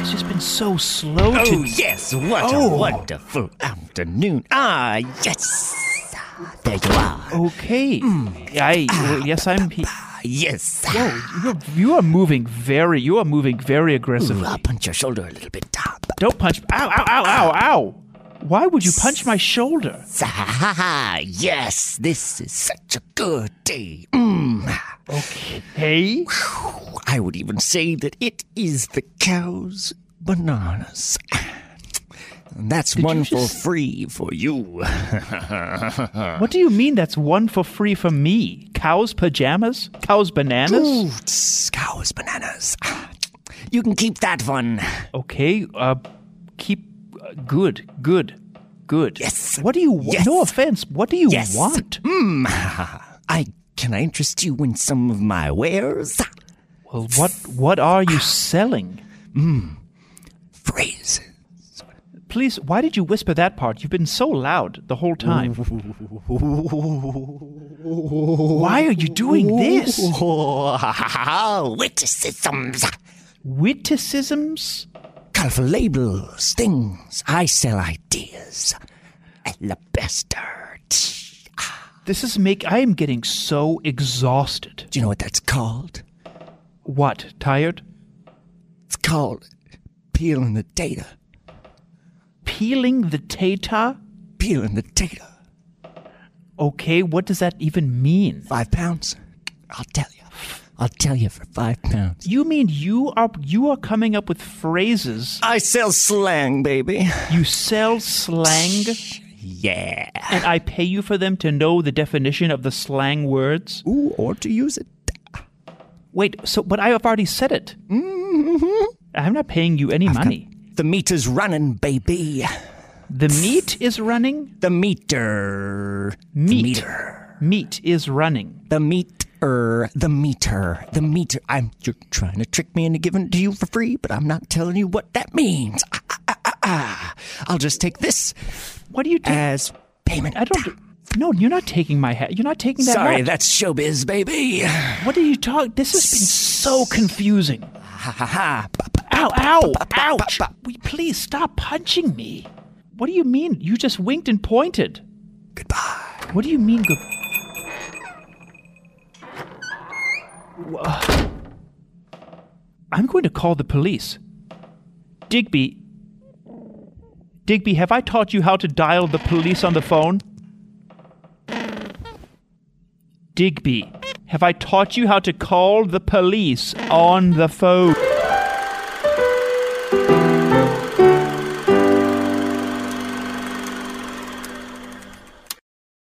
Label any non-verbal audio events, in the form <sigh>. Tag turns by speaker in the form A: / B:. A: It's just been so slow
B: Oh,
A: today.
B: yes, what
A: Oh.
B: a wonderful afternoon. Ah, yes. There you are. Ah,
A: Okay.
B: Hmm.
A: I well, yes, I'm. He-
B: Yes.
A: You're, you are moving very. You are moving very aggressively.
B: I'll punch your shoulder a little bit. Ah, but-
A: Don't punch. Ow! Ow! Ow! Ow! Ow! Why would you punch my shoulder?
B: ah, ha, ha, Yes, this is such a good day. Mm.
A: Hey.
B: I would even say that it is the cow's bananas. And that's one for
A: just-
B: free for you.
A: What do you mean? That's one for free for me. Cows pajamas. Cows bananas.
B: Ooh, tss, cow's bananas. Ah, You can keep that one.
A: Okay. Uh, keep. Uh, good. Good. Good.
B: Yes.
A: What do you? Wa-
B: Yes.
A: No offense. What do you
B: Yes. Hmm.
A: want?
B: I can I interest you in some of my wares?
A: Well, what? What are you selling?
B: Phrase.
A: Please, why did you whisper that part? You've been so loud the whole time. why are you doing this?
B: Oh, <laughs> witticisms.
A: Witticisms?
B: Colorful labels, things. I sell ideas. Alabaster. Tsh.
A: This is make I am getting so exhausted.
B: Do you know what that's called?
A: What? Tired?
B: It's called peeling the data.
A: Peeling the tata?
B: Peeling the data.
A: Okay, what does that even mean?
B: Five pounds? I'll tell you. I'll tell you for five pounds.
A: You mean you are you are coming up with phrases?
B: I sell slang, baby.
A: You sell slang
B: Yeah.
A: and I pay you for them to know the definition of the slang words?
B: Ooh, or to use it.
A: Wait, so but I have already said it. Mm-hmm. I'm not paying you any money.
B: The meter's running, baby.
A: The meat is running.
B: The meter.
A: Meat.
B: The meter.
A: Meat is running.
B: The meter. The meter. The meter. I'm you're trying to trick me into giving it to you for free, but I'm not telling you what that means. Ah, ah, ah, ah, ah. I'll just take this
A: What do you do?
B: as payment.
A: I don't. do- No, you're not taking my hat. You're not taking that.
B: Sorry,
A: hat.
B: that's showbiz, baby. Ha
A: What are you talking? This has been so confusing.
B: ha ha. Ba, ba.
A: Ow! Ow! Ouch! Will you Please stop punching me. What do you mean? You just winked and pointed. Goodbye. What do you mean? Good. Wha- I'm going to call the police. Digby. Digby, have I taught you how to dial the police on the phone? Digby, have I taught you how to call the police on the phone?